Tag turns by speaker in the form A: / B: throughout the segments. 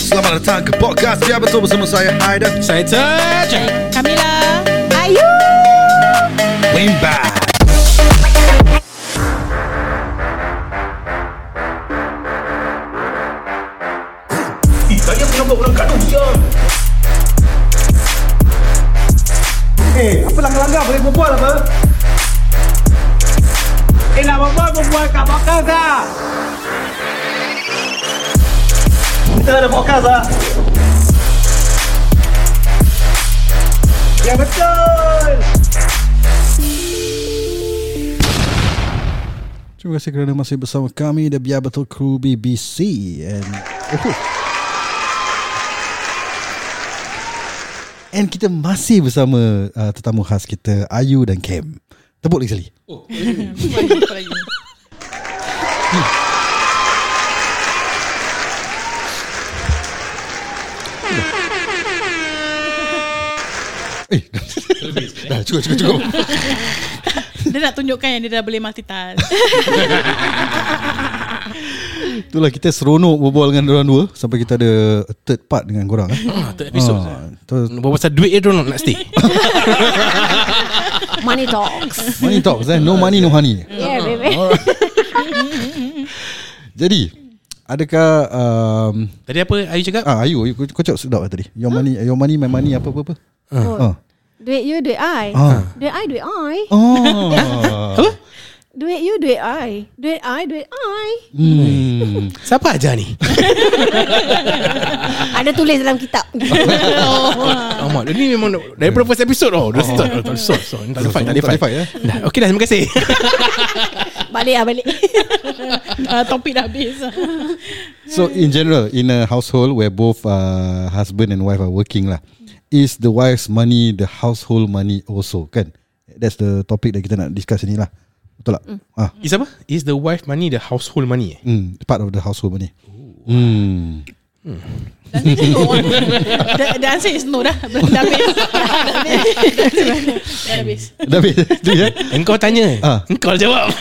A: Selamat datang ke podcast Siap Betul bersama saya Aida
B: Saya saja
C: Kamila Ayu
A: Wimba
D: Eh, apa langgar-langgar boleh berbual apa? Eh, nak berbual, berbual kat podcast lah. Kita ada podcast lah. Ya, betul.
A: Terima kasih kerana masih bersama kami The Biar Betul Crew BBC And oh. And kita masih bersama uh, tetamu khas kita Ayu dan Cam Tepuk lagi sekali Eh Dah cukup cukup cukup
C: Dia nak tunjukkan yang dia dah boleh multitask
A: Itulah kita seronok berbual dengan orang dua Sampai kita ada third part dengan korang eh.
B: Third episode
A: Ah, Terus
B: Berbual pasal duit dia dulu nak stay
E: Money talks.
A: Money talks eh No money no honey
E: Yeah, baby.
A: Jadi Adakah um,
B: Tadi apa Ayu cakap?
A: ah, Ayu, Ayu kau, kau cakap sedap lah tadi Your money Your money my money Apa apa apa
E: Oh.
A: ah.
E: Duit you, duit I.
A: Ah.
E: Duit I, duit I.
A: Oh
E: Duit you, duit I. Duit I, duit I.
A: hmm.
B: Siapa aja ni?
E: Ada tulis dalam kitab.
B: Oh, Mak, dia ni memang daripada first episode oh, dah start. Oh, tak start. So, tak ada fight, tak ada
A: Tak
B: fight.
A: ya
B: Dah, okey dah, terima kasih.
E: balik lah, balik.
C: uh, Topik dah habis
A: So in general In a household Where both uh, Husband and wife are working lah Is the wife's money The household money also Kan That's the topic That kita nak discuss ni lah Betul tak mm. ah,
B: Is apa? Is the wife money the household money? eh?
A: mm, Part of the household money Hmm.
C: Dan dia no one. the, the answer is no dah Dah habis Dah habis Dah habis
A: Dah habis Itu ya
B: Engkau tanya.
A: Ah.
B: Engkau jawab.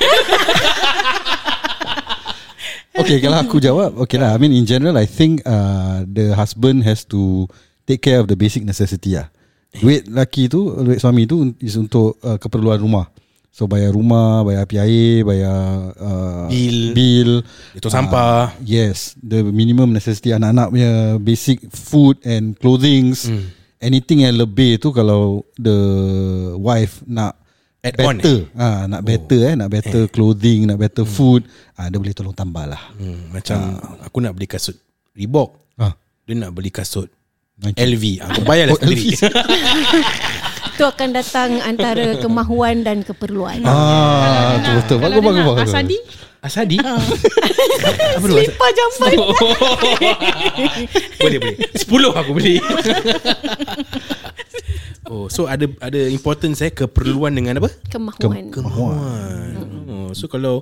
A: Okay kalau aku jawab Okay lah I mean in general I think uh, The husband has to Take care of the basic necessity lah Duit laki tu Duit suami tu Is untuk uh, keperluan rumah So bayar rumah Bayar api air Bayar uh,
B: Bil.
A: Bil
B: Itu sampah.
A: Yes The minimum necessity Anak-anak punya Basic food and clothings mm. Anything yang lebih tu Kalau the wife nak
B: Add on,
A: better on, eh? ha, Nak better oh. eh Nak better eh. clothing Nak better mm. food ha, Dia boleh tolong tambah lah
B: Hmm, macam aku nak beli kasut Reebok.
A: Ah.
B: Dia nak beli kasut
A: Nike.
B: LV. Aku bayar lah
A: Oh, LV.
B: sendiri.
E: Itu akan datang antara kemahuan dan keperluan.
A: Ah, tu betul. Bagus bagus bagus.
C: Asadi
B: Asadi?
E: Slipper jamban.
B: boleh boleh. Sepuluh aku beli. oh, so ada ada importance eh keperluan dengan apa?
E: Kemahuan.
B: Kemahuan. Oh, so kalau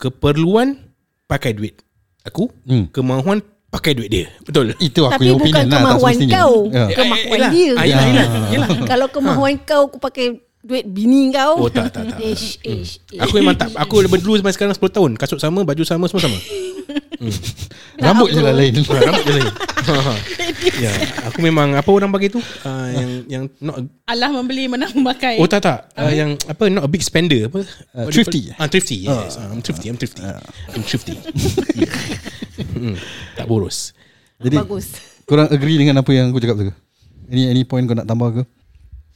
B: keperluan pakai duit aku,
A: Hmm.
B: kemahuan pakai duit dia. Betul.
A: Itu aku punya
E: Tapi bukan
A: opinion lah, tak
E: kemahuan
A: semestinya.
E: kau.
A: Ya. Ha.
B: Eh,
E: Kemahuan
B: eh,
E: dia.
B: eh, Yelah, yelah, yelah.
E: Kalau kemahuan kau, aku pakai duit bini kau.
B: Oh, tak, tak, tak.
E: Ish,
A: Hmm.
E: ish, ish.
B: Aku memang tak Aku daripada dulu sampai sekarang 10 tahun Kasut sama Baju sama Semua sama
A: Rambut je lah lain.
B: Rambut je lain ya, Aku memang Apa orang bagi tu uh, Yang yang not
C: Allah membeli menang memakai Ah,
B: Oh tak tak uh, Yang apa Not a big spender apa
A: Uh,
B: What do you
A: thrifty.
B: call- Ah Thrifty yes Ah, I'm thrifty I'm thrifty I'm thrifty Mm, Tak boros
A: Jadi
E: Bagus.
A: kurang agree dengan apa yang aku cakap tu ke? Any any point kau nak tambah ke?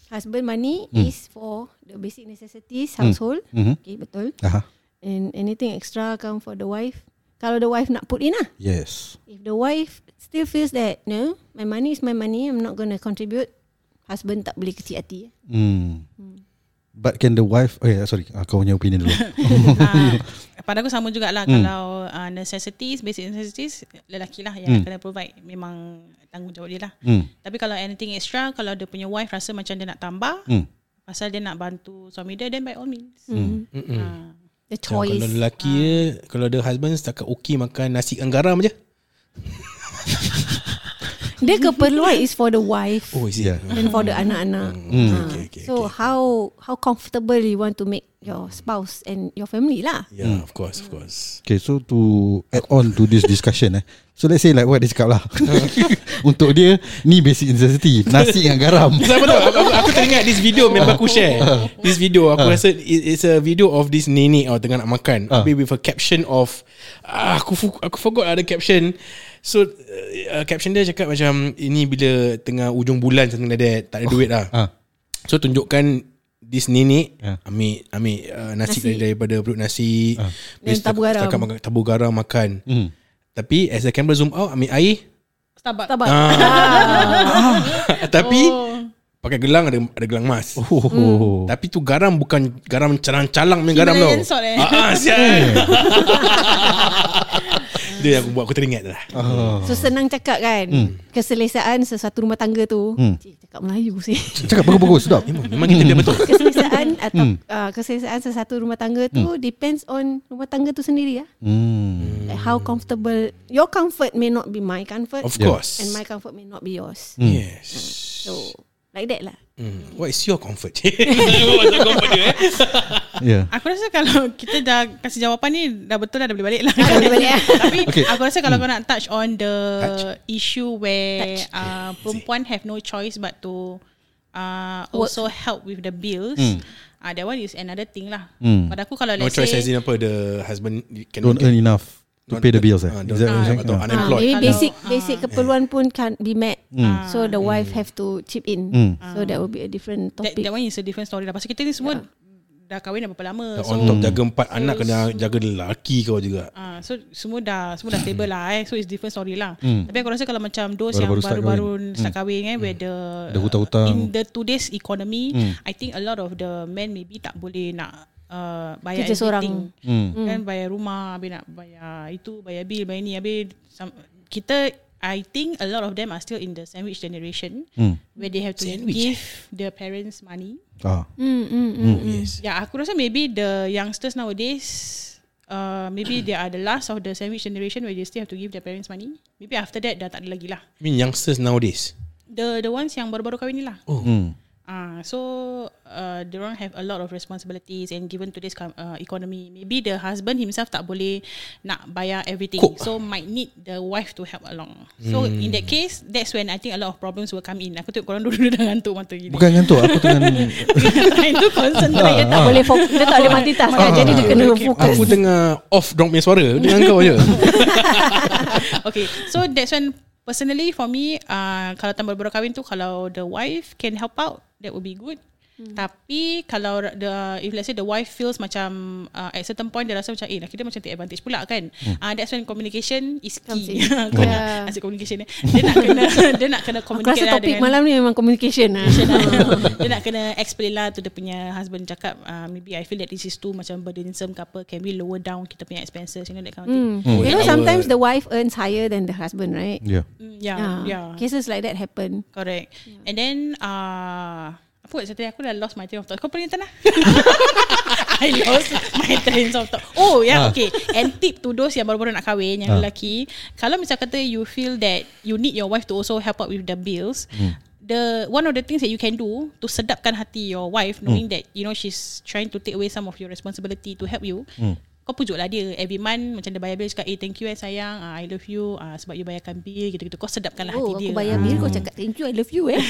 E: Husband money
A: Hmm.
E: is for the basic necessities household.
A: Mhm.
E: Okay, betul.
A: Aha.
E: And anything extra come for the wife. Kalau the wife nak put in lah.
A: Yes.
E: If the wife still feels that no, my money is my money, I'm not going to contribute. Husband tak boleh kecil hati. eh.
A: Hmm. But can the wife Oh yeah, sorry Ah, Kau punya opinion dulu
C: Ah, Pada aku sama jugalah
A: Hmm.
C: Kalau uh, necessities Basic necessities Lelaki lah yang kena provide Memang tanggungjawab dia lah
A: hmm.
C: Tapi kalau anything extra Kalau dia punya wife rasa macam dia nak tambah
A: Hmm.
C: Pasal dia nak bantu suami dia Then by all means Ah.
E: The
B: Macam
E: choice. Ah.
B: Kalau lelaki dia Kalau dia husband Setakat okey makan Nasi anggaram je
E: Dia keperluan is for the wife
B: Oh, is it? Hmm.
A: Yeah.
E: and for the anak-anak. Ha.
B: okay, okay,
E: so how how comfortable you want to make your spouse and your family lah.
B: Yeah, of course, of course.
A: Okay so to Add on to this discussion eh So let's say like What dia cakap lah Untuk dia Ni basic necessity Nasi dengan garam
B: Saya betul aku, aku, aku teringat this video Member aku share This video
A: Ah.
B: Aku rasa it- It's a video of this nenek oh, Tengah nak makan uh. With a caption of ah, Aku fu- aku forgot ada caption So uh, uh, Caption dia cakap macam Ini bila Tengah ujung bulan Something like that Tak ada duit lah
A: Ah.
B: So tunjukkan This nenek
A: Ah.
B: Ambil Ambil uh, nasi,
E: Nasi.
B: dari daripada Perut nasi uh.
E: Dan tabur garam.
B: Cakap makan, tabur garam makan mm.
A: Hmm.
B: Tapi as the camera zoom out Ambil air
C: Starbucks. Oh.
E: Sabar.
B: Tapi
E: Oh.
B: Pakai gelang ada, ada gelang emas
A: Oh, oh, oh.
B: Tapi tu garam bukan garam calang-calang punya garam tau.
C: Himalayan salt eh.
B: Ah, ah sial. Dia yang aku buat aku teringat lah.
A: Ah.
E: So senang cakap kan.
B: Mm.
E: Keselesaan sesuatu rumah tangga tu. Cik, cakap Melayu sih.
A: Cakap bagus-bagus Sedap
B: Memang kita dia
A: Hmm.
B: betul.
E: keselesaan atau
B: Mm.
E: uh, keselesaan sesuatu rumah tangga tu depends on rumah tangga tu sendiri ya.
A: hmm.
E: Like how comfortable your comfort may not be my comfort
B: Of course.
E: and my comfort may not be yours.
A: Hmm.
B: Yes.
E: So like that lah.
B: Hmm. What is your comfort? What's your comfort dia eh?
A: Yeah
C: Aku rasa kalau kita dah kasih jawapan ni dah betul dah dah boleh balik lah.
E: Dah boleh balik, eh.
C: Tapi
A: Okay.
C: okay. aku rasa kalau kau nak touch on the
B: Touch.
C: touch. issue where
E: Touch.
C: uh, perempuan have no choice but to uh,
E: Work.
C: also help with the bills. Uh, that one is another thing lah.
A: Hmm.
C: Pada aku kalau
B: No
C: let's
B: choice
C: say
B: as in apa the husband you cannot
A: Don't earn enough To
B: Don't-
A: pay the bills eh Is
B: Ah, don't-
A: that what you're saying?
B: atau
A: Ah.
E: Ah,
B: Employed.
E: maybe
C: Kalau-
E: basic
C: Ah.
E: basic keperluan pun can't be met. So the wife have to chip in.
A: Hmm.
E: So that will be a different
C: that,
E: topic.
C: that one is a different story lah. Pasal kita ni semua dah kahwin dah berapa lama.
B: on
A: Hmm.
B: top jaga empat anak kena jaga lelaki kau juga.
C: Ah, so semua dah semua dah stable lah eh. So it's different story lah. Tapi aku rasa kalau macam those
A: Hmm. Baru-baru
C: baru-baru yang
A: start
C: baru-baru
A: kahwin.
C: start kahwin eh where the
A: Ada hutang-hutang. Hmm.
C: in the today's economy, I think a lot of the men maybe tak boleh nak uh, bayar
E: Kerja seorang.
C: Hmm. Kan bayar rumah, habis nak bayar itu, bayar bil, bayar ni, habis some, kita I think a lot of them are still in the sandwich generation
A: Hmm. eh?
C: where they have to
B: Sandwich,
C: give their parents money.
A: Ah.
E: Hmm, hmm, hmm.
B: Yes.
C: Yeah, Ya, aku rasa maybe the youngsters nowadays, uh, maybe they are the last of the sandwich generation where they still have to give their parents money. Maybe after that dah tak ada lagi lah.
B: I mean youngsters nowadays.
C: The the ones yang baru-baru kahwin ni lah.
B: Oh.
A: Hmm.
C: Ah, uh, so uh, they orang have a lot of responsibilities and given today's com- uh, economy, maybe the husband himself tak boleh nak bayar everything,
B: Cook.
C: so might need the wife to help along. So in that case, that's when I think a lot of problems will come in. Aku tengok korang dulu dah ngantuk mata gini.
A: Bukan ngantuk Aku tengah
C: Time tu concentrate.
E: Dia tak boleh fokus, dia tak boleh multitask kan. Jadi dia
C: Ah.
E: kena fokus.
B: Aku tengah off drop punya suara dengan kau je.
C: okay, so that's when personally for me, uh, kalau time baru-baru kahwin tu kalau the wife can help out, that would be good. Hmm. Tapi kalau the if let's say the wife feels macam uh, at certain point dia rasa macam eh laki dia macam take advantage pula kan. Hmm. Uh, that's when communication is key.
E: Comes in.
C: Kau nak
E: Yeah.
C: Asyik communication eh. Dia nak kena dia nak kena
E: Aku
C: communicate
E: rasa
C: lah
E: topik
C: dengan-
E: malam ni memang communication lah.
C: dia nak kena explain lah tu dia punya husband cakap uh, maybe I feel that this is too macam burdensome ke apa can we lower down kita punya expenses you know that kind of thing.
E: Hmm. You know
B: Our-
E: sometimes the wife earns higher than the husband, right?
A: Yeah
C: Mm, yeah,
E: Ah,
C: yeah.
E: Cases like that happen.
C: Correct.
E: Hmm.
C: Yeah. And then uh, apa buat Saturday aku dah lost my train of thought. Kau peringat lah. I lost my train of thought. Oh yeah, okay. And tip to those yang baru-baru nak kahwin yang lelaki, kalau misal kata you feel that you need your wife to also help out with the bills, the one of the things that you can do to sedapkan hati your wife knowing that you know she's trying to take away some of your responsibility to help you. Kau pujuklah dia Every month Macam dia bayar bil Cakap eh thank you eh sayang Ah, I love you Ah, Sebab you bayarkan bil Gitu-gitu Kau sedapkan lah hati
E: Oh,
C: dia
E: aku bayar bil kau cakap thank you, I love you eh.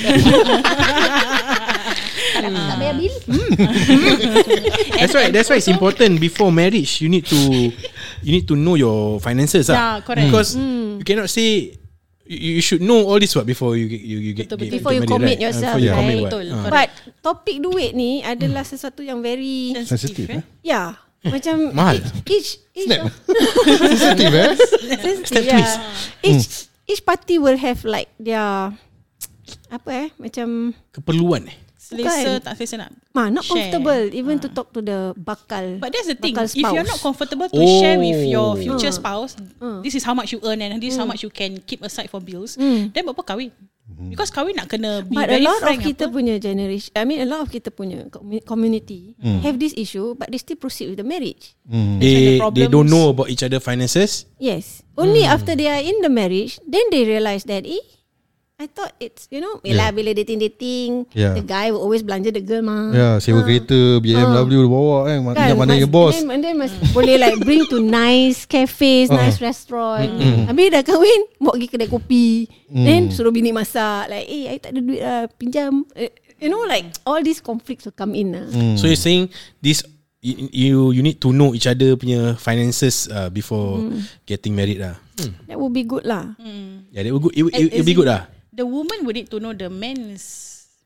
E: tak,
C: Ah.
E: tak bayar Hmm? bil.
B: That's why that's why it's important before marriage you need to you need to know your finances
C: Yeah,
B: ah.
C: correct.
B: Because you cannot say you, you should know all this what before you get- you you get
C: Betul,
B: get-
C: betul.
E: Before
B: get
E: you
B: married,
E: commit
B: right?
E: yourself,
B: Before you
E: right?
B: commit what?
C: Betul.
B: Ah.
C: Correct. Hmm.
E: But topik duit ni adalah sesuatu yang very
A: Sensitive eh
E: yeah, macam
B: mahal.
E: each each
A: Snap.
E: of-
A: Sensitive eh
E: sensitive. Yeah. Each
B: Hmm.
E: each party will have like their apa eh macam
B: Keperluan eh.
C: Selesa
E: Bukan.
C: tak selesa nak
E: ma
C: Share. Ah.
E: not comfortable even to talk to the bakal.
C: But that's the thing
E: bakal
C: If you're
E: spouse.
C: not comfortable To
B: Oh.
C: share with your Future
E: Ah.
C: spouse This is how much you earn And this is how much you can Keep aside for bills
E: Hmm.
C: Then buat apa kahwin
B: Hmm.
C: Because kahwin nak kena Be
E: But a
C: very
E: lot of
C: frank
E: kita
C: apa.
E: punya generation, I mean a lot of kita punya commu- community have this issue, but they still proceed with the marriage.
B: They
C: the
B: they don't
C: problems.
B: know about each other finances.
E: Hmm. Yes, only after they are in the marriage, then they realize that eh, I thought it's you know
A: Yeah.
E: yeah. bila dating dating
A: Yeah.
E: yeah. the guy will always belanja the girl mah.
A: Ya, sewa
E: Ah.
A: kereta, BMW bawa kan. Mana mana
E: mas-
A: yang bos.
E: And then, and then mas, Ah. boleh like bring to nice cafes,
A: Ah.
E: nice restaurant. Habis dah kahwin, bawa pergi kedai kopi. Then suruh bini masak. Like, eh, I tak ada duit lah, pinjam. Eh, You know, like all these conflicts will come in lah.
B: So you're saying this you you, you need to know each other punya finances uh, before getting married lah.
E: That would be good lah.
C: Mm.
B: Yeah, that will good. It, will- it,
C: As-
B: it'll be
C: as
B: good
C: in,
B: lah.
C: The woman would need to know the man's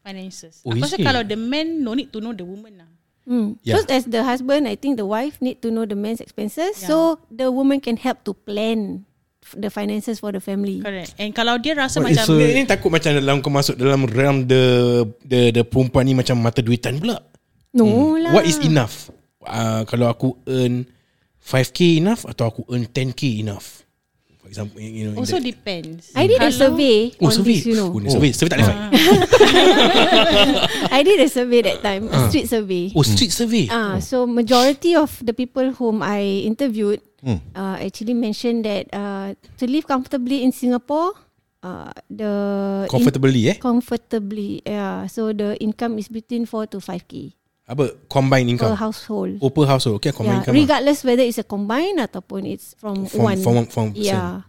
C: finances.
B: Oh,
C: Aku
B: is
C: rasa
B: it?
C: kalau the man no need to know the woman lah.
E: Mm.
B: Yeah.
E: Just as the husband, I think the wife need to know the man's expenses,
C: Yeah.
E: so the woman can help to plan f- the finances for the family.
C: Correct. And kalau dia rasa
A: But it's a-
C: macam
B: Ni, ni takut macam dalam kau masuk dalam realm the the the perempuan ni macam mata duitan pula.
E: No
B: Mm.
E: lah.
B: What is enough? Uh, kalau aku earn 5k enough atau aku earn 10k enough. For example, you know. in
C: also
B: that-
C: depends.
E: I did a
C: Kalau-
E: survey
B: Oh,
E: on
B: survey.
E: this, you know. Ah.
B: Oh, ni survey. Survey tak level.
E: I did a survey that time, a street survey.
B: Oh, street survey.
E: Ah, so majority of the people whom I interviewed
B: Hmm.
E: uh, actually mentioned that uh, to live comfortably in Singapore, uh, the in-
B: Comfortably eh.
E: comfortably, yeah. So the income is between four to five k
B: Apa? Combined income.
E: per household.
B: Oh, per household. Okay, combined
E: Yeah,
B: income. lah.
E: regardless whether it's a combined ataupun it's from,
B: From-
E: one.
B: from one- from
E: yeah.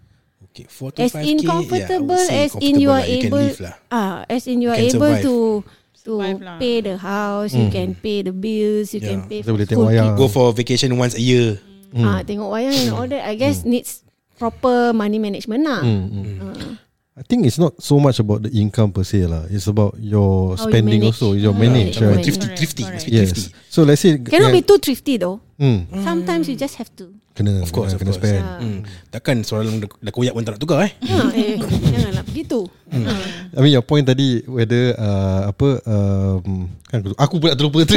B: Okay, 4 to
E: As
B: 5k.
E: in comfortable, as in
B: lah.
E: you are able, ah, as in you
B: You
E: are
B: can
E: able
B: survive. Hmm.
E: to to
C: Survive lah.
E: pay the house, you can pay the bills, you
B: Yeah. Hmm.
E: can pay
A: Kita
E: for
A: boleh
E: school
A: tengok wayang.
E: kids.
B: Go for vacation once a year.
E: Ah, tengok wayang and all that. I
B: Hmm.
E: guess needs proper money management lah.
A: Hmm.
E: Ah.
A: I think it's not so much about the income per se lah. It's about your
E: How you
A: spending
E: manage.
A: also, your
E: Ah,
A: manage.
E: yeah,
A: Right?
E: correct.
B: Thrifty,
C: Correct,
B: thrifty. Must be thrifty.
A: Yes. So let's say eh,
E: Cannot be too thrifty though.
A: Hmm.
E: Sometimes you just have to.
A: Kena, of
B: course,
A: course,
B: of
A: kena,
B: course.
A: spend.
E: Ah.
B: Hmm. Takkan seorang dalam dah, dah koyak pun tak nak tukar eh.
E: Ha, eh, janganlah begitu.
A: I mean your point tadi whether uh, apa um, kan aku, aku pula terlupa tu.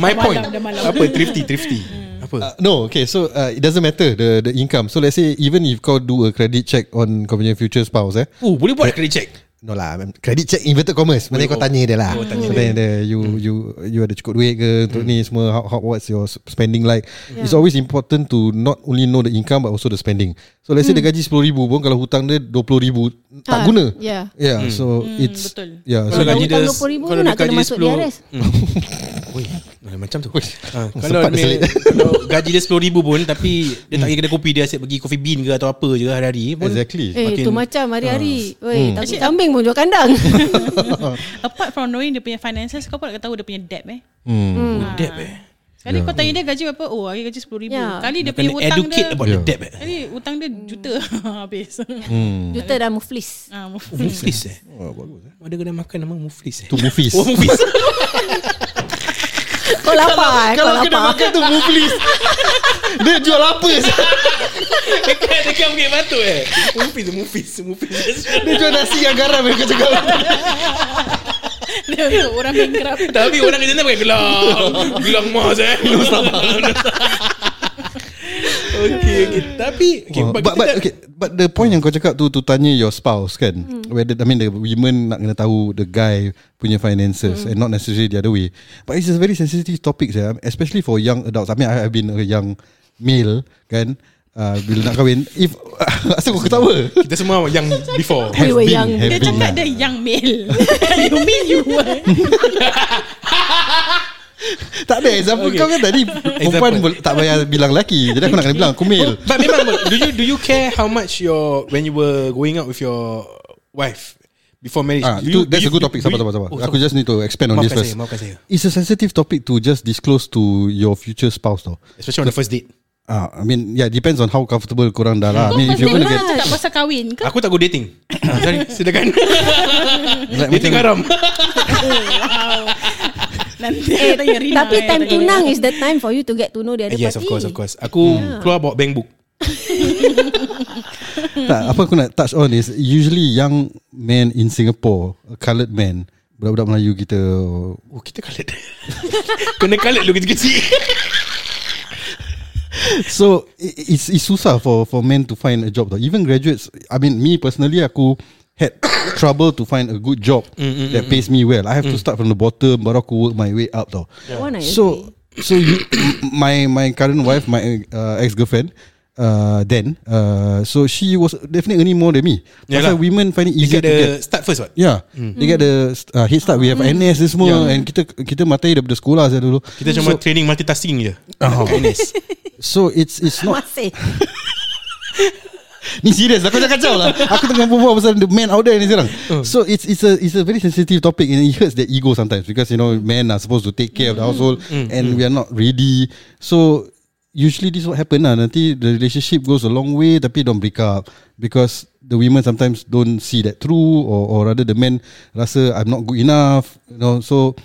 B: My point.
C: malam, dah malam.
B: Apa thrifty, thrifty.
E: Hmm.
B: Apa?
A: no, okay. So uh, it doesn't matter the the income. So let's say even if kau do a credit check on kau punya future spouse eh.
B: Oh, boleh buat credit check.
A: No lah mem- Credit check inverted commerce Maksudnya
B: Oh,
A: kau tanya dia lah
B: oh, tanya Hmm.
A: Tanya dia You you you ada cukup duit ke Untuk ni semua how, how, What's your spending like It's always important to Not only know the income But also the spending So let's say dia gaji RM10,000 pun Kalau hutang dia RM20,000 Tak
E: Ah,
A: guna
E: yeah.
A: Yeah
B: Hmm.
A: so it's
C: betul.
A: Yeah so
B: Kalau
E: Kalau
B: gaji
E: hutang
B: dia-
E: RM20,000
B: kalau
E: pun
B: dia
E: nak kena
B: gaji
E: masuk
B: 10
E: DRS.
B: Oi, ah, macam tu. Ha, kalau,
A: sempat dia
B: ni,
A: selit. Hmm.
B: kalau gaji dia RM10,000 pun tapi dia tak pergi kedai kopi dia asyik pergi coffee bean ke atau apa je lah hari-hari pun.
A: Exactly
E: Eh,
B: Makin- Ah.
E: tu macam hari-hari.
A: Hmm.
E: Weh, takut kambing pun jual kandang.
C: apart from knowing dia punya finances, kau pun nak tahu dia punya debt eh.
B: Oh, Debt eh.
C: Sekali yeah. kau tanya dia gaji berapa? Oh, hari gaji RM10,000. Yeah.
E: Yeah.
C: Kali dia
B: Dia
C: punya
B: kena
C: hutang
B: educate
C: dia.
B: about
A: Ya.
B: the debt eh.
C: Kali hutang dia juta
E: Hmm.
C: habis.
B: Hmm.
E: Juta dah muflis.
C: Ah,
B: Oh, Muflis eh. Oh, bagus eh. Ada kedai makan nama Muflis eh.
A: To movies
B: Oh, Muflis.
E: Kau lapar, eh, kau lapar.
A: makan tu movies Dia jual apa
B: Dekat dekat Bukit Batu eh. Mufis, Mufis, Mufis.
A: Dia jual nasi yang garam Dia cakap
C: Dia untuk orang bankrupt.
B: Tapi orang kat sana pakai gelang. Gelang emas eh. okay, okay. Tapi okay,
A: Okay, but, Oh. but, but, okay, but the point yang kau cakap tu tu tanya your spouse kan whether I mean the women nak kena tahu the guy punya finances and not necessarily the other way but it's a very sensitive topic saya especially for young adults I mean I, I've been a young male kan uh, bila nak kahwin if asal kau ketawa
B: kita semua yang before.
E: We were young.
A: have
C: Dia
A: been
C: cakap
A: lah.
C: dia young male. you mean you were.
A: tak ada example
B: Okay.
A: kau kan tadi perempuan boleh- tak payah bilang lelaki jadi aku nak kena bilang aku male
B: But memang do you do you care how much your when you were going out with your wife before marriage?
A: Ah,
B: do
A: itu
B: you,
A: that's a
B: do
A: good
B: you-
A: topic.
B: do
A: Sabar,
B: you-
A: sabar, sabar.
B: Oh,
A: Aku
B: sorry.
A: just need to expand on
B: Maafkan
A: this first.
B: saya, maafkan saya.
A: It's a sensitive topic to just disclose to your future spouse tau.
B: especially on the first date.
A: Ah, I mean, yeah, depends on how comfortable korang dah lah. I
C: Kau
A: mean, if
C: first
A: you're
C: date
A: gonna
C: lah
A: get
C: cakap pasal kahwin ke?
B: Aku tak go dating. Ah, sorry, silakan.
A: like
B: dating
A: macam,
B: haram.
C: Nanti
E: Eh,
C: tanya Rina.
E: tapi
C: eh,
E: time
C: tanya.
E: tunang is the time for you to get to know the other
B: yes, of
E: party.
B: course, of course. Aku
A: Hmm.
B: keluar bawa bank book.
A: tak, apa aku nak touch on is usually young men in Singapore, coloured men, budak-budak Melayu kita
B: Oh, kita kalat. Kena kalat lu kecil-kecil.
A: So i- i- it's it's susah for for men to find a job though. Even graduates, I mean me personally aku had trouble to find a good job
B: Mm,
A: that pays me well. I have to start from the bottom baru aku work my way up though.
E: That one I
A: So so you, my my current wife, my uh, ex-girlfriend uh, then, uh, so she was definitely earning more than me.
B: Yalah.
A: That's why women find it
B: You
A: easier
B: get
A: to get.
B: the Mm. start first what?
A: Yeah, they get the uh, head start. We have NS ni semua, and kita kita matai daripada sekolah saya dulu.
B: Kita cuma training multitasking je.
A: Oh.
B: NS.
A: So it's it's not
E: Masih
A: Ni serious Aku jangan kacau lah Aku tengah berbual Pasal the man out there ni sekarang So it's it's a It's a very sensitive topic And it hurts their ego sometimes Because you know Men are supposed to take care Of the household And we are not ready So Usually this what happen lah Nanti the relationship Goes a long way Tapi don't break up Because The women sometimes Don't see that through Or, or rather the men Rasa I'm not good enough You know So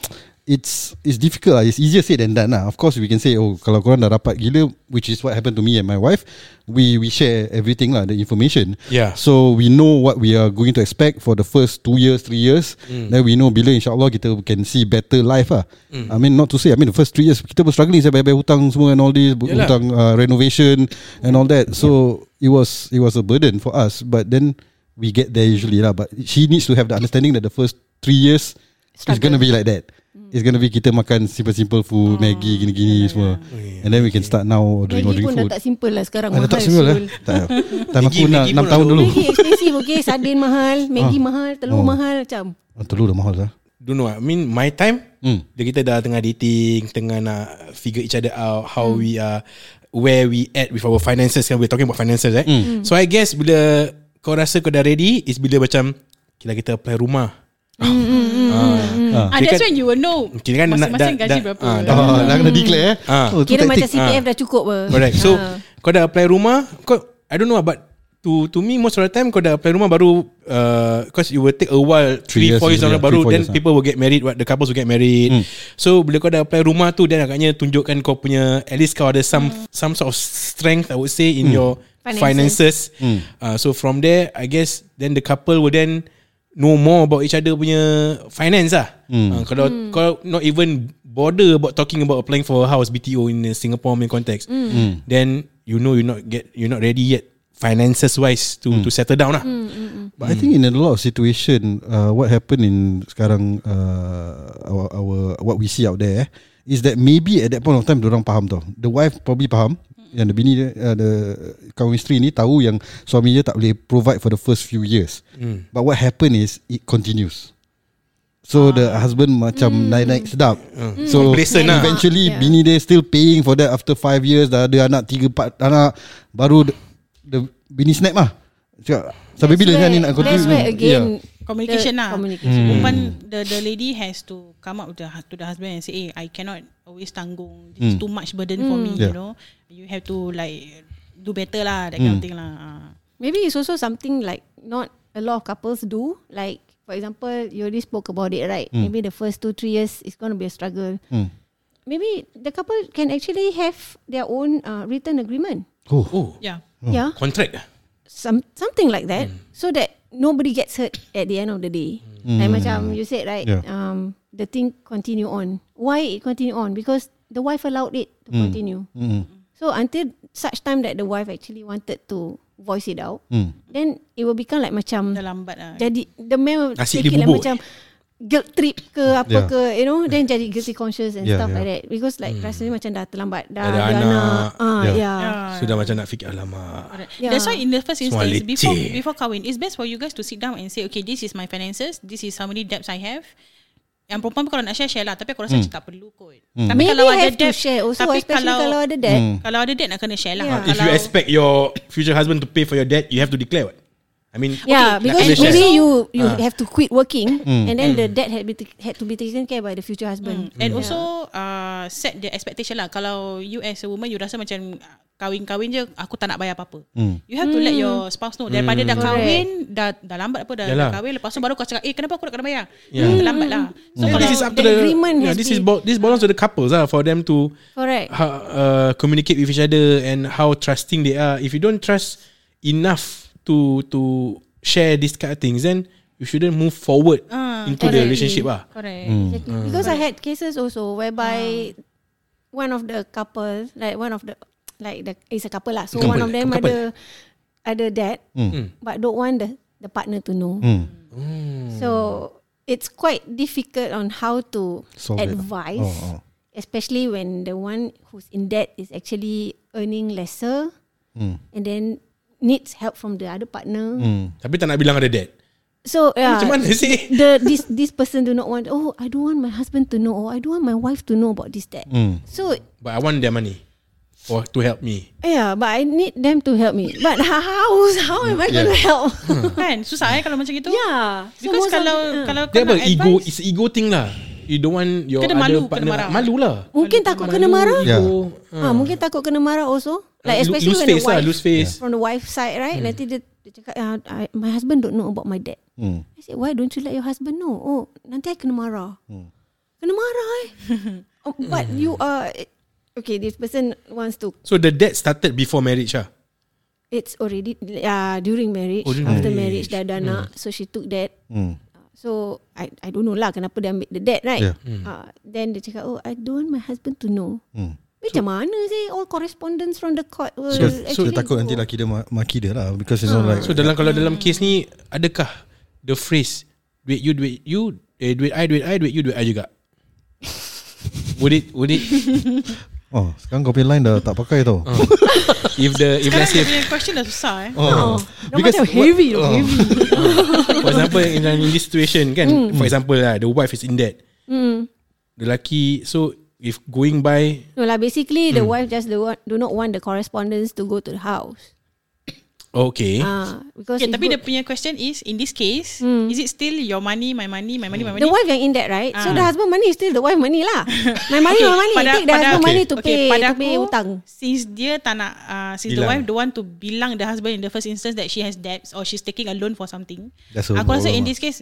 A: It's it's difficult lah. It's easier said than done lah. Of course we can say oh kalau korang dah rapat gila which is what happened to me and my wife we we share everything lah the information.
B: Yeah.
A: So we know what we are going to expect for the first two years, three years. Mm. Then we know bila insyaAllah kita can see better life lah. Mm. I mean not to say, I mean the first three years kita pun struggling saya bayar-bayar hutang semua and all this,
B: Yalah.
A: Yalah. hutang uh, renovation and all that. So it was it was a burden for us. But then we get there usually lah. But she needs to have the understanding that the first three years is gonna
E: Struggle.
A: be like that. It's gonna be kita makan simple-simple food, Maggi gini-gini semua. And then we can start now ordering
E: Lagi
A: ordering
E: pun dah
A: food.
E: tak simple lah Sekarang
A: Ah, dah tak semua lah Tak Time aku
B: Maggi
A: nak 6
B: pun ada
A: tahun dulu
E: Lagi expensive okay Sardin mahal Maggi mahal Telur
A: Oh.
E: mahal Macam
A: Ah, Telur dah mahal lah
B: Don't know. I mean my time
A: Hmm.
B: dia kita dah tengah dating, tengah nak figure each other out how we are where we at with our finances kan we're talking about finances right. So I guess bila kau rasa kau dah ready is bila macam kita kita apply rumah.
C: Ah, that's
B: Kira-
C: when you will know
B: Kira kan nak-
C: masing-masing
B: dah-
C: gaji
B: dah-
C: berapa.
B: ah, dah-
A: Oh, dah kena declare eh.
B: Ah.
A: Oh, tu
E: Hmm. Kira
A: taktik.
E: macam CPF dah cukup apa
B: Correct. So
E: Ah.
B: kau dah apply rumah, kau I don't know but to to me most of the time kau dah apply rumah baru uh, cause you will take a while
A: Three
B: 3
A: years
B: 4 years,
A: usually,
B: orang
A: yeah,
B: baru
A: three, four
B: then
A: years, ah. Hmm.
B: people will get married what the couples will get married. So bila kau dah apply rumah tu then agaknya tunjukkan kau punya at least kau ada some some sort of strength I would say
A: Hmm.
B: in your finances.
E: Finances.
B: Uh, so from there I guess then the couple will then know more about each other punya finance lah.
A: Hmm.
B: Uh, kalau kalau not even bother about talking about applying for a house BTO in the Singapore main context,
A: Hmm.
B: then you know you're not get you're not ready yet finances wise to
A: Hmm.
B: to settle down lah.
A: But I think in a lot of situation, uh, what happened in sekarang uh, our, our what we see out there eh, is that maybe at that point of time, orang faham tau. The wife probably faham,
E: Hmm.
A: yang the bini dia, uh, the kawan isteri ni tahu yang suami dia tak boleh provide for the first few years.
E: Hmm.
A: But what happened is it continues. So the
E: Ah.
A: husband
E: Hmm.
A: macam naik-naik sedap. So
B: Complacent
C: Ah,
B: lah.
A: eventually
E: Yeah.
A: bini dia still paying for that after 5 years dah ada anak 3 4 anak baru the, the bini snap lah. Cakap sampai bila kan ni nak
E: That's
A: continue? Ya.
E: where again
C: Communication
E: the
C: lah.
E: Communication
B: Hmm.
C: Perempuan the the lady has to come up with the to the husband and say, "Hey, I cannot always tanggung. It's
B: Hmm.
C: too much burden for
E: Hmm.
C: me.
A: Yeah.
C: You know, you have to like do better lah. That kind
B: Hmm.
C: of thing lah. Ah.
E: Maybe it's also something like not a lot of couples do. Like for example, you already spoke about it, right?
A: Hmm.
E: Maybe the first two three years is going to be a struggle.
A: Mm.
E: Maybe the couple can actually have their own uh, written agreement.
A: Oh.
B: Oh,
C: Yeah.
E: Yeah,
B: contract. ah.
E: some something like that,
B: Hmm.
E: so that nobody gets hurt at the end of the day. Like macam you said, right?
A: Hmm. Yeah.
E: Um, the thing continue on. Why it continue on? Because the wife allowed it to continue.
A: Mm.
E: So until such time that the wife actually wanted to voice it out,
A: Mm.
E: then it will become like macam
C: Dah lambat lah.
E: jadi the man will
B: Nasi
E: take it like
B: dibubur.
E: macam guilt trip ke apa
A: Yeah.
E: ke you know then jadi guilty conscious and
A: Yeah,
E: stuff
A: yeah.
E: like that because like rasanya macam dah terlambat
B: Dah
E: dah
B: Hmm. ada
E: ada
B: anak.
E: anak, ah
A: Yeah.
E: yeah, yeah.
C: Yeah.
B: Sudah macam nak fikir alamak.
C: Correct.
E: Yeah.
C: That's why in the first
B: Semua
C: instance
B: leceh.
C: before before kahwin, it's best for you guys to sit down and say, okay, this is my finances, this is how many debts I have. Yang perempuan pun kalau nak share share lah, tapi aku
B: Hmm.
C: rasa macam tak perlu kot. Tapi
E: Maybe
C: kalau ada
E: have to
C: debt,
E: share also
C: tapi
E: especially kalau,
C: kalau
E: ada
A: Hmm.
E: that
B: Hmm.
C: kalau ada debt nak kena share lah.
E: Yeah.
B: If
C: Kalau,
B: you expect your future husband to pay for your debt, you have to declare what? I mean,
E: Yeah,
B: like
E: because
B: under share.
E: maybe you you have to quit working, and then the debt had, be t- had to be taken care by the future husband.
C: And
B: Hmm.
C: also uh, set the expectation lah. Kalau you as a woman, you rasa macam ah, kahwin-kahwin je, aku tak nak bayar apa-apa.
B: Hmm.
C: You have to let
E: Hmm.
C: your spouse know. Daripada dah kahwin, dah, dah lambat apa, dah, dah
B: Yalah.
C: kahwin. Lepas tu baru kau cakap, eh kenapa aku nak kena bayar?
B: Yeah.
C: Terlambat lah. So
B: Yeah,
C: kalau
B: this is up to
E: the
B: the
E: agreement
B: yeah,
E: has
B: this is
E: been-
B: bo- this belongs to the couples ah for them to
E: Correct.
B: ha, uh, communicate with each other and how trusting they are. If you don't trust enough to to share these kind of things, then you shouldn't move forward
C: Ah,
B: into the
E: correct.
B: relationship ah.
C: Correct.
E: Exactly. Because I had cases also whereby one of the couple, like one of the like the it's a couple lah. So
B: Couple,
E: one of them
B: couple.
E: ada ada dad, but don't want the the partner to know.
A: hmm.
E: So it's quite difficult on how to
A: Solve it.
E: advise,
A: Oh, oh.
E: especially when the one who's in debt is actually earning lesser. and then needs help from the other partner.
A: Hmm.
B: Tapi tak nak bilang ada dad
E: So yeah,
B: Macam mana sih
E: the this this person do not want. Oh, I don't want my husband to know. Or I don't want my wife to know about this that.
A: Hmm.
E: So
B: But I want their money Or to help me
E: yeah, but I need them to help me. But how how am I going to help?
C: Kan susah eh kalau macam itu
E: yeah, So
C: Because
E: most of
C: kalau
E: the-
C: kalau
B: Dia
C: kau nak
B: apa ego
C: advice-
B: It's ego thing lah You don't want your
C: Kena
B: other
C: malu, kena
B: partner
C: marah.
B: Malu lah
E: mungkin takut kena marah.
A: Ya.
B: Ego uh,
E: Ha, mungkin takut kena marah also. Like
B: Lo-
E: especially
B: lose
E: when
B: face
E: the wife
B: lah, lose face.
E: from the wife side, right? Nanti dia, dia cakap, ah, I, my husband don't know about my dad.
A: Hmm.
E: I said, why don't you let your husband know? Oh, nanti I kena marah.
A: Hmm.
E: Kena marah eh. oh, but you are, okay, this person wants to,
B: So the dad started before marriage lah
E: it's already uh, during marriage,
B: Oh, during
E: after
B: marriage.
E: marriage, dah ada anak. So she took that.
A: Hmm.
E: Uh, So I I don't know lah kenapa dia ambil the dad right.
A: Yeah.
E: Yeah. Uh, then dia cakap, oh I don't want my husband to know.
A: Hmm.
E: Macam mana sih all correspondence from the court will
A: So, so
E: actually oh.
A: dia takut
E: go.
A: nanti lah. laki dia ma- maki dia lah because
C: Ah.
A: it's not like
B: So dalam kalau dalam kes ni Adakah The phrase Duit you duit you eh, Duit I duit I duit you duit I juga Would it Would it
A: oh sekarang kau punya line dah tak pakai tau.
B: If the If
C: Sekarang
B: let's
C: dia
B: say
C: punya question dah susah eh
E: Oh,
A: Because Oh.
E: because heavy, what, heavy.
B: For example in, in this situation kan
E: Hmm.
B: mm. For example lah The wife is in debt
E: Mm.
B: The lelaki So if going by
E: No lah, basically the wife just do, want, do not want the correspondence to go to the house.
B: Okay uh,
E: Ah, because
C: Okay,
E: if
C: tapi
E: go-
C: the punya question is in this case, is it still your money, my money, my money, my money?
E: Hmm. the wife yang in that right, so
C: Ah.
E: the husband money is still the wife money lah. My money,
C: Okay,
E: my money. Take the husband money to pay, to pay hutang.
C: Since dia tak nak, uh, since the
B: Bilang.
C: wife don't want to bilang the husband in the first instance that she has debts or she's taking a loan for something.
A: That's a
C: aku rasa in
B: lah.
A: problem
C: this case,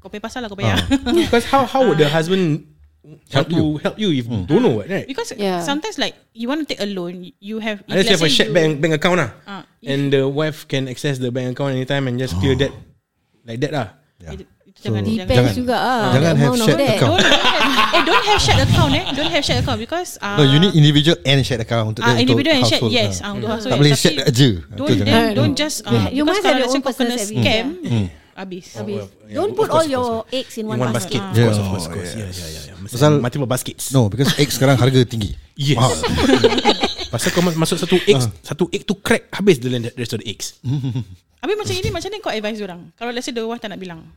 C: kau pay pasal lah kau bayar.
B: Because how How would the husband Help you Help you if mm. Don't know what right
C: Because
E: Yeah.
C: sometimes like you want to take a loan, you have. if
B: Unless you have a
C: let's say
B: shared bank, bank account lah
C: Ah, if-
B: And the wife can access the bank account anytime And just clear debt Like that ah. lah
A: Yeah.
C: Itu- itu jangan-
A: So,
C: jangan.
E: Depends
A: Jangan.
E: juga ah.
A: Jangan
E: the
A: have
E: amount of
A: shared
E: that.
A: account.
C: Don't, don't have, eh, don't have shared account eh. Don't have shared account because uh,
A: No, you need individual and shared account untuk
C: Ah,
A: dia,
C: individual
A: untuk
C: and shared
A: household.
C: yes.
A: Ah.
C: Ah, untuk household.
A: Tak boleh
C: Tapi
A: shared aja. Itu
C: Don't
A: jangan.
C: then,
E: Ah,
C: don't
E: no.
C: just uh,
E: Yeah, you
C: because
E: must have
C: kalau
E: your
C: let's say
E: own
C: kau kena
E: personal saving.
C: scam,
A: Hmm.
E: Yeah.
C: habis.
E: Habis.
B: yeah,
E: Don't
B: of
E: put
B: course,
E: all
B: of
E: your
B: course.
E: eggs in
B: In
E: one,
B: one basket,
E: basket. Ah.
B: Of course
A: Yeah.
B: of course, of
A: Oh,
B: course.
A: yeah.
B: Yeah, yeah, yeah, yeah. Mesti
A: Pasal-
B: multiple baskets
A: No, because egg sekarang harga tinggi.
B: Yes.
A: Mahal.
B: Ah. Pasal kau mas- masuk satu egg Satu egg tu crack Habis the land- rest of the eggs
C: Habis macam ini macam mana kau advise orang? Kalau let's say the wife tak nak bilang.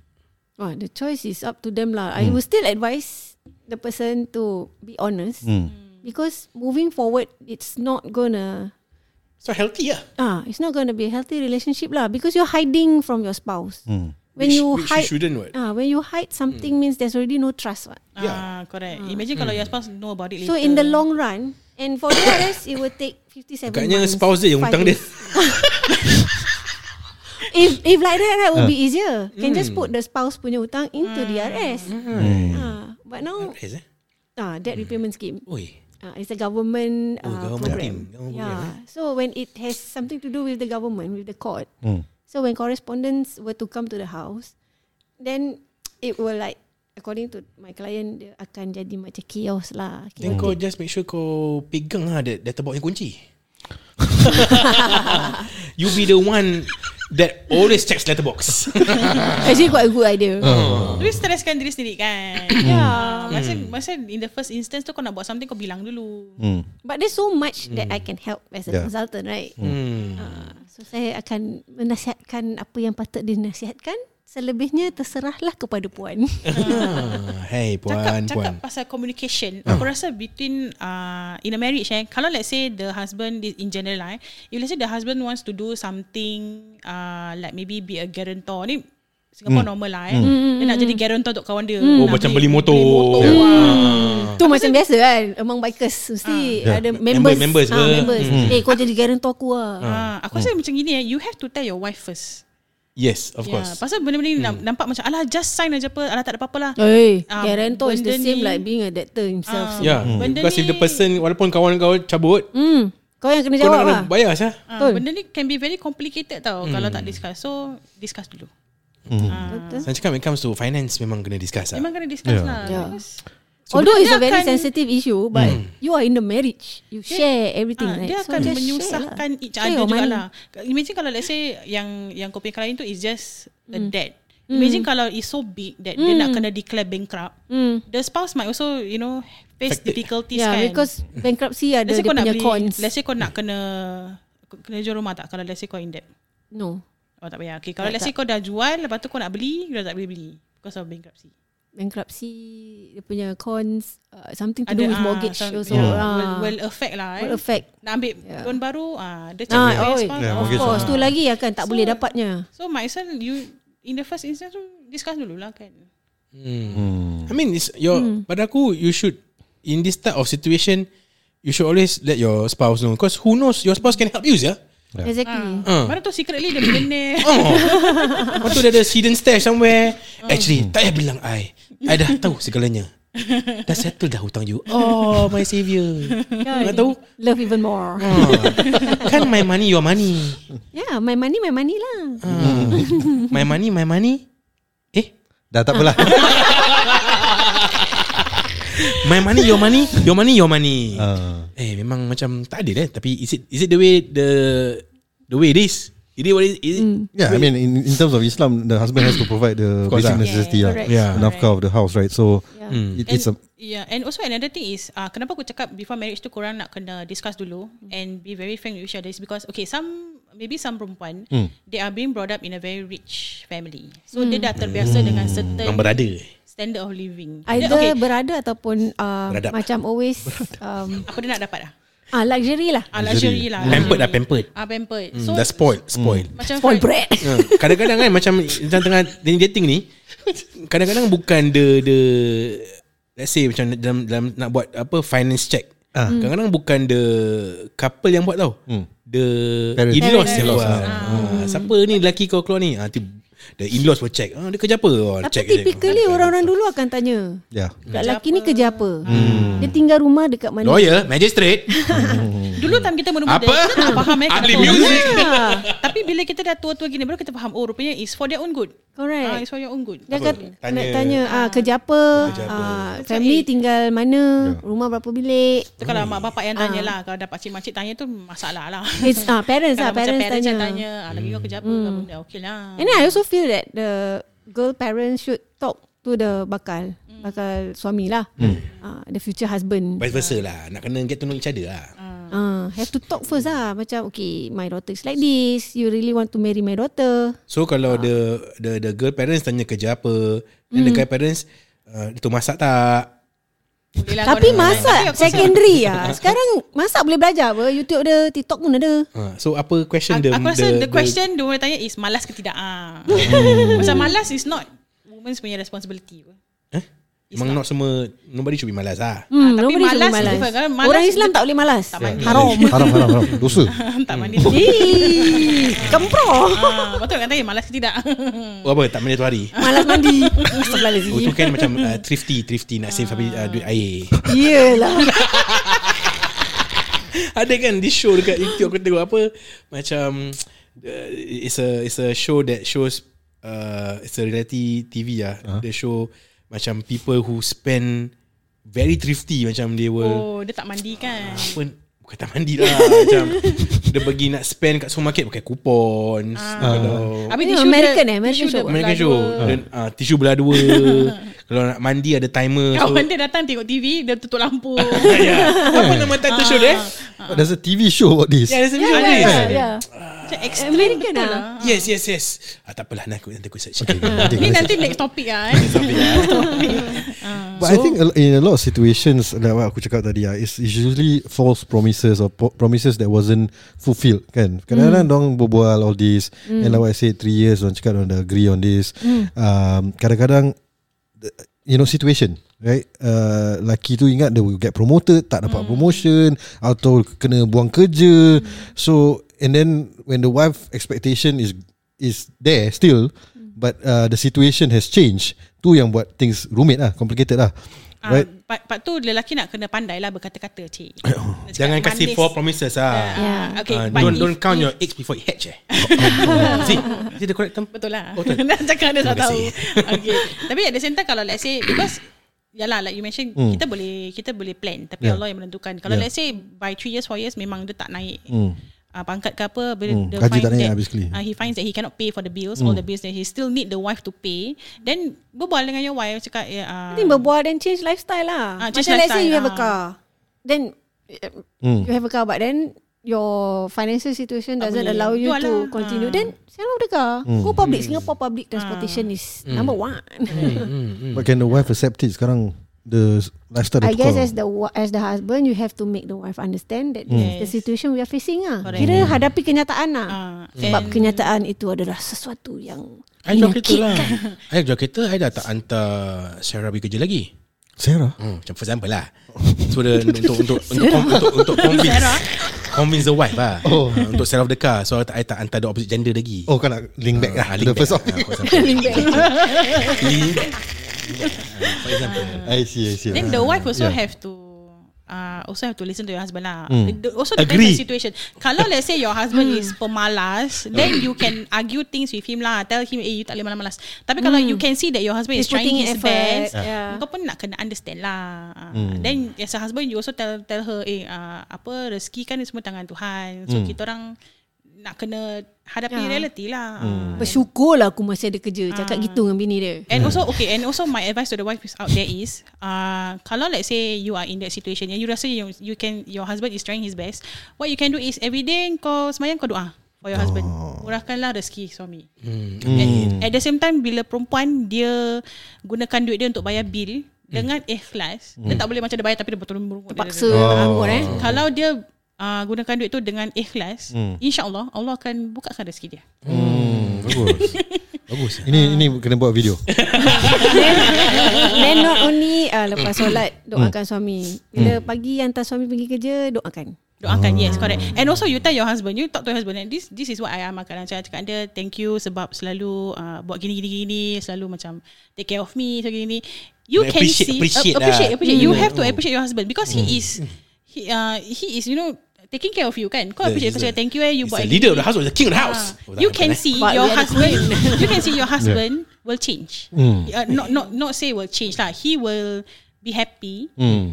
E: Ah, the choice is up to them lah. I will still advise the person to be honest because moving forward, it's not gonna
B: So healthy lah
E: ah, it's not gonna be a healthy relationship lah because you're hiding from your spouse. When
B: Which-
E: you
B: which you
E: hide,
B: shouldn't Hmm. what?
E: ah, when you hide something means there's already no trust. What?
C: Ah, correct. Imagine
A: Hmm.
C: kalau your spouse know about it later.
E: So in the long run, and for the others, it will take 57
B: Agaknya
E: months.
B: spouse dia yang
E: five
B: hutang dia
E: years. If if like that, that will be easier. Can
B: Hmm.
E: just put the spouse punya hutang into DRS. Ah, but now,
B: Yes eh
E: ah, debt repayment scheme.
B: Oi
E: Uh, it's a government, uh,
B: Oh, government
E: program.
B: thing. Government
E: yeah.
B: program, eh?
E: So when it has something to do with the government, with the court.
A: Hmm.
E: So when correspondents were to come to the house, then it will like according to my client dia akan jadi macam chaos lah.
B: Then kau just make sure kau Pegang lah That, that box yang kunci You be the one That always checks letterbox
E: Actually quite a good idea.
A: Hmm.
C: Tapi stresskan diri sendiri kan. yeah. Masa, masa in the first instance tu kau nak buat something kau bilang dulu.
A: Hmm.
E: But there's so much that I can help as a
A: Yeah.
E: consultant, right?
B: hmm.
E: Uh, so saya akan menasihatkan apa yang patut dinasihatkan. Selebihnya terserahlah kepada puan.
B: Ah, Hey
C: Cakap,
B: puan
C: cakap
B: puan Ah.
C: pasal communication Aku rasa between uh, In a marriage eh Kalau let's say The husband di- In general lah eh, If let's say the husband Wants to do something uh, Like maybe Be a guarantor Ni Singapore normal lah eh Dia
E: Hmm.
C: nak jadi guarantor Untuk kawan dia
B: Hmm. Oh
C: Nak
B: macam beli motor
A: Yeah.
C: Ah.
E: Tu macam biasa kan Among bikers Mesti
A: Ah.
E: ada
B: Yeah.
E: members
B: Ya. Members, Hmm. members
E: Ah,
B: ber-
E: members. Eh kau jadi guarantor aku lah
C: Ah, Aku rasa macam gini eh You have to tell your wife first
B: Yes Hmm. of
C: yeah,
B: course
C: Ya,
B: Hmm.
C: Pasal benda-benda ni nam- Nampak macam Alah just sign aja apa Alah tak ada apa-apa lah
E: Hey,
C: Ah,
E: guarantor is the
C: benda
E: same
C: ni- Ah.
E: like being a debtor himself. so.
B: Yeah
C: Benda
B: Ya, Because if
C: ni-
B: the person Walaupun kawan kau cabut
E: Hmm. Kau yang kena
B: Kau
E: jawab
B: nak
E: lah.
B: kena bayar sah
C: Ah,
E: Betul.
C: Benda ni can be very complicated tau Kalau
B: Hmm.
C: tak discuss So discuss dulu
E: Betul.
B: Saya cakap when it comes to finance Memang kena discuss lah
C: Memang kena discuss
A: Yeah.
C: lah
E: Yeah.
C: Because
E: Although
C: dia
E: it's a very
C: akan-
E: sensitive issue, but
B: Hmm.
E: you are in the marriage, you share everything.
C: Ah,
E: right?
C: dia
E: So
C: akan
E: just
C: menyusahkan
E: share lah.
C: each
E: Share
C: other
E: your
C: juga
E: money.
C: lah. Imagine kalau let's say yang yang kau punya client tu is just a
E: Hmm.
C: debt. Imagine kalau it's so big that dia nak kena declare bankrupt.
E: Hmm.
C: The spouse might also you know face difficulties
E: Yeah,
C: kan.
E: because bankruptcy ada
C: let's say
E: dia
C: kau nak
E: punya
C: beli,
E: cons.
C: let's say kau nak kena kena jual rumah tak kalau let's say kau in debt?
E: No.
C: Oh tak payah. Okay, kalau
E: Tak,
C: let's say kau dah jual, lepas tu kau nak beli, kau dah tak boleh beli. Because of bankruptcy.
E: Bankruptcy, dia punya cons, uh, something to do with
C: ah,
E: mortgage
C: some-
E: also.
C: yeah,
E: Ah.
C: will, will affect lah. Eh.
E: Will affect.
C: Nak ambil
E: Yeah.
C: loan baru, ah, dia check
E: Ah, oh,
C: PayPal.
A: Yeah,
E: of
A: mortgage
E: course.
A: ah.
E: Tu lagi akan tak
C: So-
E: boleh dapatnya.
C: So might as well you in the first instance tu discuss dulu lah kan.
B: Hmm. I mean, it's your.
C: Hmm.
B: Pada aku, you should in this type of situation, you should always let your spouse know. Because who knows, your spouse can help you, yeah.
E: ya.
A: Yeah.
E: Exactly.
B: Ah.
C: Baru tu secretly dia millionaire.
B: Oh. Lepas tu dia ada hidden stash somewhere. Actually, tak payah bilang I. I dah tahu segalanya. Dah settle dah hutang you. Oh, my saviour.
E: Kan? Ah.
B: Nak tahu?
E: Love even more.
B: Kan my money, your money.
E: Yeah, my Ya, money, my money lah.
B: Ah. My money, my money. Eh?
A: Dah tak apalah
B: My money, your money. Your money, your
C: Ah.
B: money.
A: uh,
B: Eh memang macam tak adil eh tapi is it is it the way the the way it is? Is it what it is? is it?
A: Yeah I mean in, in terms of Islam The husband has to provide The
B: course
A: basic
B: lah.
A: necessity
E: Yeah,
A: lah
E: correct.
B: Yeah.
A: Nafkah of the house right So it,
C: And,
A: It's a
C: yeah, and also another thing is uh, kenapa aku cakap before marriage tu korang nak kena discuss dulu and be very frank with each other is because okay some maybe some perempuan
B: Hmm.
C: they are being brought up in a very rich family so dia dah terbiasa dengan
B: Hmm.
C: certain
B: Yang berada.
C: standard of living Dia-
E: Either Ya, okay. berada ataupun uh,
B: Beradab.
E: macam always um,
C: apa dia nak dapat lah
E: ah luxury lah.
C: ah, luxury lah
B: Pampered Hmm, lah pampered.
C: ah, pampered
B: So, dah spoiled, spoiled.
C: macam
E: Spoil
C: for-
E: bread.
B: Ah, Kadang-kadang kan macam macam tengah dating, dating ni kadang-kadang bukan the the let's say macam dalam, dalam nak buat apa finance check. Kadang-kadang bukan the couple yang buat tau. The
A: Parents.
B: in-laws
A: Parents.
B: yang buat. Ah, siapa ni lelaki kau keluar ni? Ah, tu, the in-laws will check. Ah, dia kerja apa? Oh,
E: Tapi
B: check
E: typically orang-orang dulu akan tanya.
A: Yeah
E: Budak lelaki ni kerja apa? Hmm. Oh, ya. Dia tinggal rumah dekat mana?
B: Lawyer, magistrate.
C: dulu time kita muda-muda
B: Apa?
C: kita tak faham eh
B: Ahli
C: kenapa.
B: music.
C: Ah, tapi bila kita dah tua-tua gini baru kita faham oh rupanya is for their own good ah,
E: Correct.
C: is for your own good
E: Dia akan
B: Tanya.
E: tanya, nak tanya ah, kerja apa, Ya. ah, family tinggal mana, rumah berapa bilik.
C: Tu kalau
B: Hmm.
C: mak bapak yang
E: Ah.
C: tanya lah Kalau dapat cik-makcik tanya tu Masalah lah
E: It's, ah, parents lah,
C: Kalau macam
E: parents,
C: parents
E: tanya.
C: yang tanya ah, Lagi kau kerja apa hmm. benda Okay lah
E: And then I also feel that the girl parents should talk to the bakal,
C: Mm.
E: bakal suami lah. Ah, the future husband.
B: Vice versa lah. Nak kena get to know each other lah.
E: Ah, have to talk first lah. Macam, okay, my daughter is like this. You really want to marry my daughter?
B: So kalau the the the girl parents tanya kerja apa, then
E: Hmm.
B: the guy parents uh, tu masak tak?
C: Boleh lah
E: Tapi
C: kau nak- Tapi
E: masak
C: aku
E: secondary lah. Sekarang masak boleh belajar apa. YouTube ada, TikTok pun ada.
C: Ah,
B: Uh, so apa question
C: rasa-
B: the,
C: Aku rasa the, question Dia orang tanya is Malas ke tidak ah. Macam malas is not Woman's punya responsibility apa.
B: eh? Memang not semua nobody should be malas lah.
E: Hmm,
C: tapi
E: nobody should
C: malas
E: be
C: is different kan? Malas
E: Orang
C: is
E: Islam tak boleh malas.
C: Tak mandi.
E: Haram.
A: Haram haram haram Dosa
C: Tak mandi lagi
E: Hmm. Ih, Kempro.
C: ah, Betul kan tanya Malas ke tidak Hmm.
B: Oh, apa tak mandi tu hari.
E: Malas mandi.
B: Oh
E: Astagfirullahalazim.
B: tu kan macam uh, thrifty thrifty nak save habis uh, duit air.
E: Iyalah.
B: Ada kan di show dekat YouTube aku tengok apa macam uh, it's a it's a show that shows uh, it's a reality TV ah. Uh-huh. They show macam people who spend very thrifty macam they will oh.
C: Oh dia tak mandi kan
B: apa bukan tak mandi lah macam dia pergi nak spend kat supermarket pakai kupon uh.
C: Ah.
B: kalau
C: Habis
E: Ini
C: tisu dia-
E: American eh? American
C: tisu dia
E: show.
B: American
C: belah
B: show
C: dua.
B: dan uh, tisu belah dua kalau nak mandi ada timer so
C: Kawan dia datang tengok TV Dia tutup lampu
B: yeah. apa nama title show dia eh?
A: But There's a TV show about this
B: Yeah, there's a
E: Ya,
B: yeah,
E: ya,
B: yeah,
E: ya,
B: yeah.
E: ya.
C: Macam extreme
E: American
C: betul
E: lah.
C: lah
B: Yes, yes, yes. Ah, tak apalah, nanti aku, nanti aku search.
C: Ni nanti next topic lah eh.
A: But so, I think a- in a lot of situations like what aku cakap tadi ah, it's usually false promises or po- promises that wasn't fulfilled kan. Kadang-kadang mm. dong berbual all this mm. and like what I said three years orang cakap orang dah agree on this. Mm. Um, kadang-kadang the- you know situation right uh, laki tu ingat dia will get promoted tak
E: Hmm.
A: dapat mm. promotion atau kena buang kerja mm. so and then when the wife expectation is is there still
E: Hmm.
A: but uh, the situation has changed tu yang buat things rumit lah complicated lah
C: Right.
A: right
E: Ah.
C: Uh, part, part tu lelaki nak kena pandai lah berkata-kata cik. Nak cakap
B: Jangan kasih
C: manis.
B: four promises ah.
C: Ah,
E: Yeah.
C: Okay,
B: Ah,
C: but
B: don't
C: if-
B: don't count
C: if-
B: your eggs before it hatch eh. is it is it the correct term?
C: Betul lah.
A: Oh,
C: Nak cakap dia tak tahu.
B: Terima kasih.
C: okay. Tapi at the same time kalau let's say because Yalah like you mentioned mm. kita boleh kita boleh plan
A: Hmm.
C: tapi yeah.
A: Yeah.
C: Allah yang menentukan. Kalau
A: Yeah.
C: yeah. let's say by 3 years 4 years memang dia tak naik.
A: Hmm.
C: Uh, pangkat ke apa bila
A: Hmm,
C: dia
A: gaji tak
C: find
A: naik
C: that,
A: lah basically. Hmm.
C: uh, he finds that he cannot pay for the bills all the bills that he still need the wife to pay then berbual dengan your wife cakap ya
E: I
C: uh,
E: think berbual then change lifestyle lah.
C: Ah,
E: Macam
C: change
E: let's
C: lifestyle,
E: say you have a
C: ah.
E: car. Then eh, you have a car but then your financial situation
C: Tak
E: doesn't
C: boleh. lah. Ah.
E: allow you
C: Tu
E: to
C: alah.
E: continue, then sell off the car. Go public. Singapore
C: Ah.
E: public transportation is number one.
A: But can the wife accept it sekarang the s- lifestyle
E: I
A: dia
E: guess
A: tukar?
E: as the wa- as the husband, you have to make the wife understand that this is the
C: Yes.
E: situation we are facing ah.
C: Correct.
E: Kira hadapi kenyataan ah.
C: Ah,
E: Sebab
C: and-
E: kenyataan itu adalah sesuatu yang
B: I jual kereta
E: menyakitkan.
B: lah I jual kereta I dah tak hantar Sarah pergi kerja lagi
A: Sarah.
B: hmm, Macam for example lah So the, untuk, untuk, untuk, untuk, untuk, untuk convince
C: Sarah.
B: Convince the wife lah oh. Untuk Sarah of the car So I tak, I tak hantar the opposite gender lagi
A: Oh kau nak link back lah
B: Ah,
A: to The
B: link
A: first
B: back
A: topic
B: lah, for example.
E: Link back.
B: Link back. Ah, For example
A: I see I see
C: Then the wife also
A: Yeah.
C: yeah. have to uh, also have to listen to your husband lah.
A: Mm.
C: Mm. Also depends
A: Agree.
C: Agree. on situation. Kalau let's say your husband
E: Hmm.
C: is pemalas, then you can argue things with him lah. Tell him, eh you tak boleh malas-malas. Tapi kalau you can see that your husband
E: Hmm. He's
C: is trying
E: putting in
C: his
E: effort,
C: best,
E: yeah.
C: yeah. kau pun nak kena understand lah. Mm.
A: Hmm.
C: Then as a husband, you also tell tell her, eh uh, apa rezeki kan semua tangan Tuhan.
A: Hmm.
C: So mm. kita orang nak kena hadapi
E: Yeah.
C: yeah. reality lah.
A: Hmm.
C: Mm.
E: Bersyukurlah aku masih ada kerja.
C: Ah.
E: Cakap gitu dengan bini dia.
C: And also okay And also my advice To the wife is out there is uh, Kalau let's say You are in that situation And you rasa you, you can Your husband is trying his best What you can do is Every day kau Semayang kau doa For your husband Murahkanlah rezeki suami And At the same time Bila perempuan Dia Gunakan duit dia Untuk bayar bil Dengan ikhlas Dia tak boleh macam Dia bayar tapi dia betul merungut
E: Paksa bangun eh.
C: Kalau dia uh, Gunakan duit tu Dengan ikhlas InsyaAllah Allah akan Bukakan rezeki dia
A: Hmm, Bagus Bagus Ini ini kena buat video
E: Then not only uh, lepas solat doakan suami. Bila pagi hantar suami pergi kerja doakan.
C: Doakan
B: Ah.
C: yes correct And also you tell your husband You talk to your husband and This this is what I amalkan Saya cakap dia Thank you sebab selalu uh, Buat gini gini gini Selalu macam Take care of me So gini gini You
B: Like
C: can
B: appreciate-
C: see
B: appreciate lah. Mm.
C: Appreciate, appreciate. You have to appreciate your husband Because he is he, uh, he is you know Taking care of you kan Kau appreciate Kau cakap thank you eh You
B: He's
C: buat
B: the
C: gini,
B: leader
C: gini."
B: of the house He's the king of the house
C: Ah,
B: Oh, tak
C: you
B: hantar,
C: can
B: eh.
C: see your
E: But we are the
C: husband. you can see your husband will change.
B: Mm.
C: Uh, not not not say will change lah. He will be happy.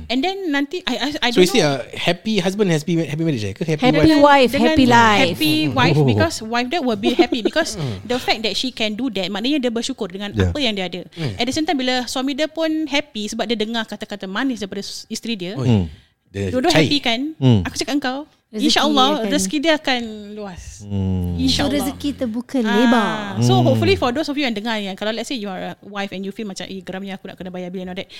C: And then nanti I I, I
B: Mm. So
C: don't
B: is it
C: know.
B: a happy husband Happy happy marriage eh? Ke happy,
E: Happy
B: wife
E: wife, happy life. Mm-hmm. Mm.
C: Happy wife because wife that will be happy because the fact that she can do that maknanya dia bersyukur dengan
A: Yeah.
C: apa yang dia ada.
E: Mm.
C: At the same time bila suami dia pun happy sebab dia dengar kata-kata manis daripada su- isteri dia.
E: Oh,
B: The
C: Dua-dua
B: chai.
C: happy kan? Aku cakap engkau
E: Mm. Rezeki
C: InsyaAllah
E: akan-
C: rezeki dia akan luas.
E: So
C: InsyaAllah.
E: rezeki terbuka
C: Ah,
E: lebar.
B: Hmm.
C: So hopefully for those of you yang dengar yang kalau let's say you are a wife and you feel macam eh geramnya aku nak kena bayar bil and all that.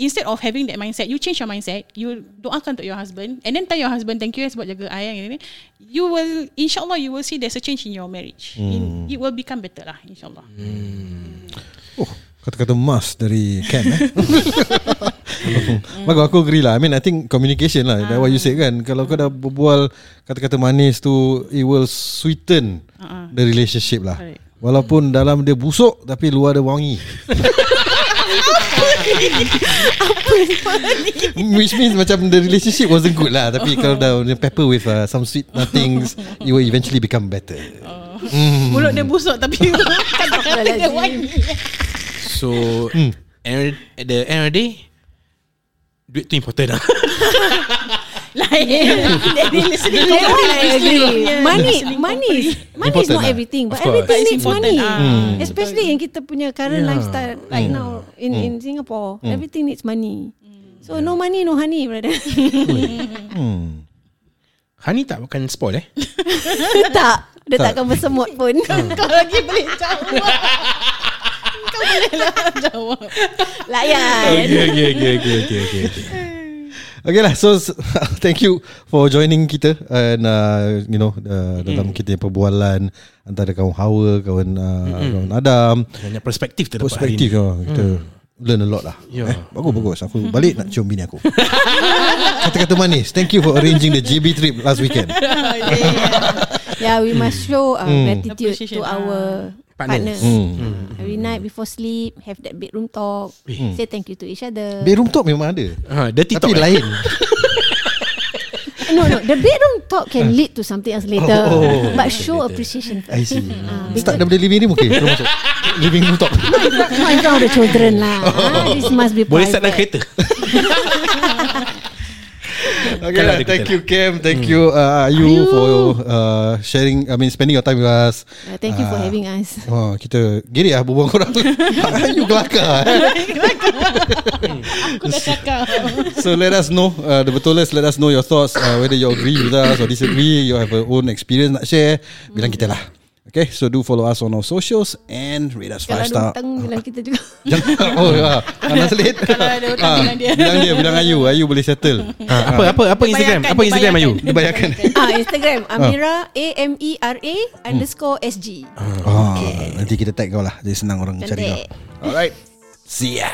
C: Instead of having that mindset, you change your mindset. You doakan untuk your husband and then tell your husband thank you eh, sebab jaga ayah ini. You will insyaallah you will see there's a change in your marriage. In,
B: Hmm.
C: it will become better lah insyaallah.
A: Oh Kata-kata emas dari Ken eh? Bagus aku agree lah I mean I think communication lah Like what you said kan Kalau kau dah berbual Kata-kata manis tu It will sweeten The relationship lah
C: Correct.
A: Walaupun dalam dia busuk Tapi luar dia wangi Which means macam The relationship wasn't good lah Tapi kalau dah dia pepper with uh, Some sweet nothings It will eventually become better
C: Mulut dia busuk tapi kata-kata dia wangi.
B: So Hmm. end- At the end of the day Duit tu important lah
C: Lain. Jadi listening to
E: That one I agree.
C: Yeah.
E: Money, money, is- money is
A: Important
E: not
A: lah.
E: everything,
A: Of
E: but
A: course.
E: everything
C: But it's
E: needs
C: important.
E: money. Mm.
C: Ah,
B: Hmm.
E: Especially in kita punya current lifestyle right now in in Singapore, everything needs money. So no money, no honey, brother.
B: Hani tak makan spoil eh
E: tak, dia takkan bersemut pun.
C: Kau lagi boleh jawab. Kau boleh lah jawab.
E: Layan.
B: Okay okay okay okay, okay, okay, okay.
A: Okay lah So s- thank you For joining kita And uh, you know uh, Dalam
B: Mm.
A: kita punya perbualan Antara kawan Hawa Kawan uh, kawan Adam
B: Banyak perspektif terdapat
A: Perspektif
B: hari
A: uh, Kita learn a lot lah
B: Mm. Ya.
A: eh, Bagus bagus Aku balik nak cium bini aku Kata-kata manis Thank you for arranging the JB trip Last weekend
E: Yeah, we must show uh, gratitude
C: Appreciation,
E: to
C: ah.
E: our
B: Partners.
E: partners. Hmm. Every night before sleep, have that bedroom talk. Say thank you to each other.
A: Bedroom talk memang ada
B: ni. ha, Dirty
A: Tapi
B: talk eh.
A: lain
E: Eh, no, no. The bedroom talk can lead to something else later.
A: Oh, oh,
E: but show appreciation first.
A: I see Ah,
B: Mm.
A: Start daripada living room Okay terus masuk Living room talk
E: Not in front of the children lah. Ah, This must be
B: Boleh start dalam
E: private.
B: kereta
A: Okay, lah,
B: ada kita
A: thank
B: lah.
A: you Cam, thank you uh, you for uh, sharing, I mean spending your time with us.
E: Uh, thank you for having us.
A: Oh, kita gini lah berbual korang You kelakar eh? Hmm.
C: Aku dah cakap
A: So let us know uh, The betulers let us know your thoughts uh, Whether you agree with us Or disagree You have your own experience nak share Bilang kita lah Okay So do follow us on our socials And rate us 5
E: Kalau ada
A: star
E: hutang bilang kita juga.
A: Jangan Oh ya Anak selit
C: Kalau ada hutang,
A: Ah,
C: bilang dia.
A: Bilang dia Bilang Ayu Ayu boleh settle
B: Ah, Apa apa apa
C: Dia
B: Instagram?
C: bayarkan,
B: Apa
C: dia
B: Instagram Ayu?
C: bayarkan.
A: Dia bayarkan
E: ah, Instagram Amira A M E R A underscore S G.
A: oh, Nanti kita tag kau lah Jadi senang orang cari kau
E: Pendek.
A: Alright See ya